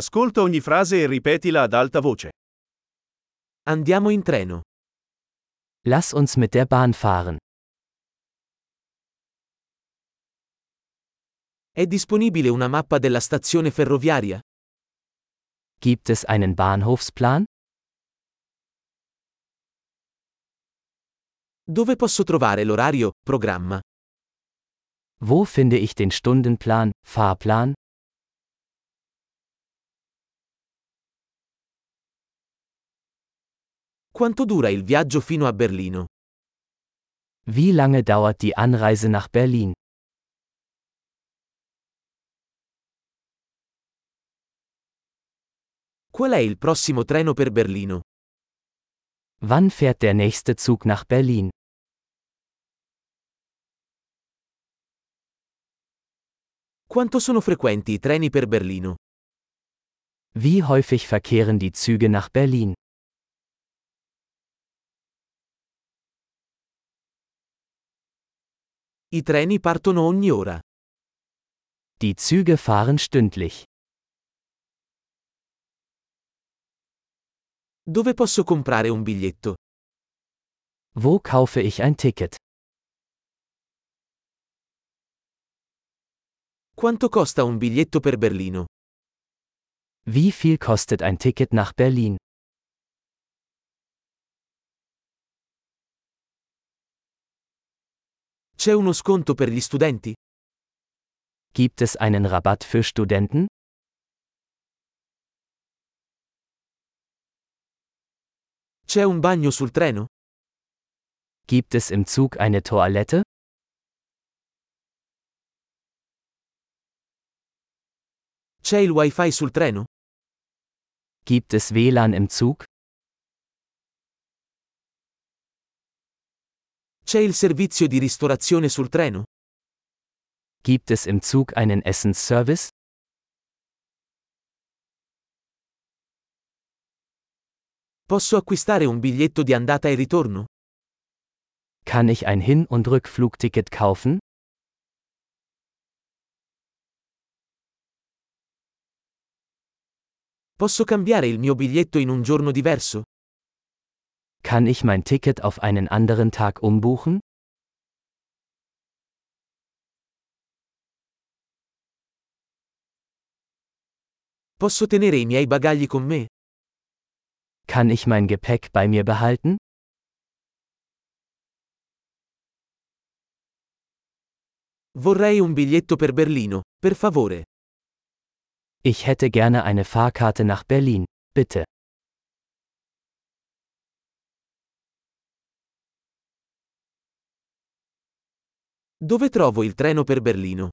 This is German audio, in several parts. Ascolta ogni frase e ripetila ad alta voce. Andiamo in treno. Lass uns mit der Bahn fahren. È disponibile una mappa della stazione ferroviaria? Gibt es einen Bahnhofsplan? Dove posso trovare l'orario, programma? Wo finde ich den Stundenplan, Fahrplan? Quanto dura il viaggio fino a Berlino? Wie lange dauert die Anreise nach Berlin? Qual è il prossimo treno per Berlino? Wann fährt der nächste Zug nach Berlin? Quanto sono frequenti i treni per Berlino? Wie häufig verkehren die Züge nach Berlin? I treni partono ogni ora. Die Züge fahren stündlich. Dove posso comprare un biglietto? Wo kaufe ich ein Ticket? Quanto costa un biglietto per Berlino? Wie viel kostet ein Ticket nach Berlin? C'è uno sconto per gli studenti? Gibt es einen Rabatt für Studenten? C'è un bagno sul treno? Gibt es im Zug eine Toilette? C'è il wifi sul treno? Gibt es WLAN im Zug? C'è il servizio di ristorazione sul treno? Gibt es im Zug einen Essensservice? Posso acquistare un biglietto di andata e ritorno? Kann ich ein Hin- und Rückflugticket kaufen? Posso cambiare il mio biglietto in un giorno diverso? Kann ich mein Ticket auf einen anderen Tag umbuchen? Posso tenere i miei bagagli con me? Kann ich mein Gepäck bei mir behalten? Vorrei un biglietto per Berlino, per favore. Ich hätte gerne eine Fahrkarte nach Berlin, bitte. Dove trovo il treno per Berlino?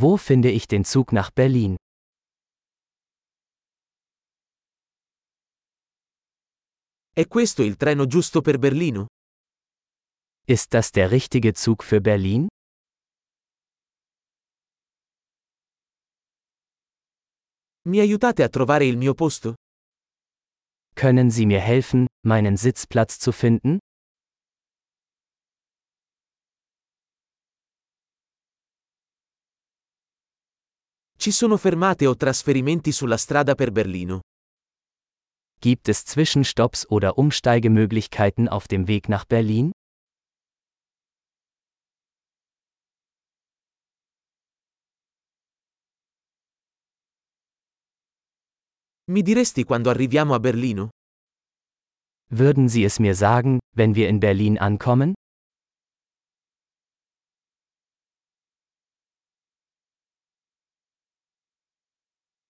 Wo finde ich den Zug nach Berlin? È questo il treno giusto per Berlino? Ist das der richtige Zug für Berlin? Mi aiutate a trovare il mio posto? Können Sie mir helfen, meinen Sitzplatz zu finden? Ci sono fermate o trasferimenti sulla strada per Berlino? Gibt es Zwischenstopps oder Umsteigemöglichkeiten auf dem Weg nach Berlin? Mi diresti quando arriviamo a Berlino? Würden Sie es mir sagen, wenn wir in Berlin ankommen?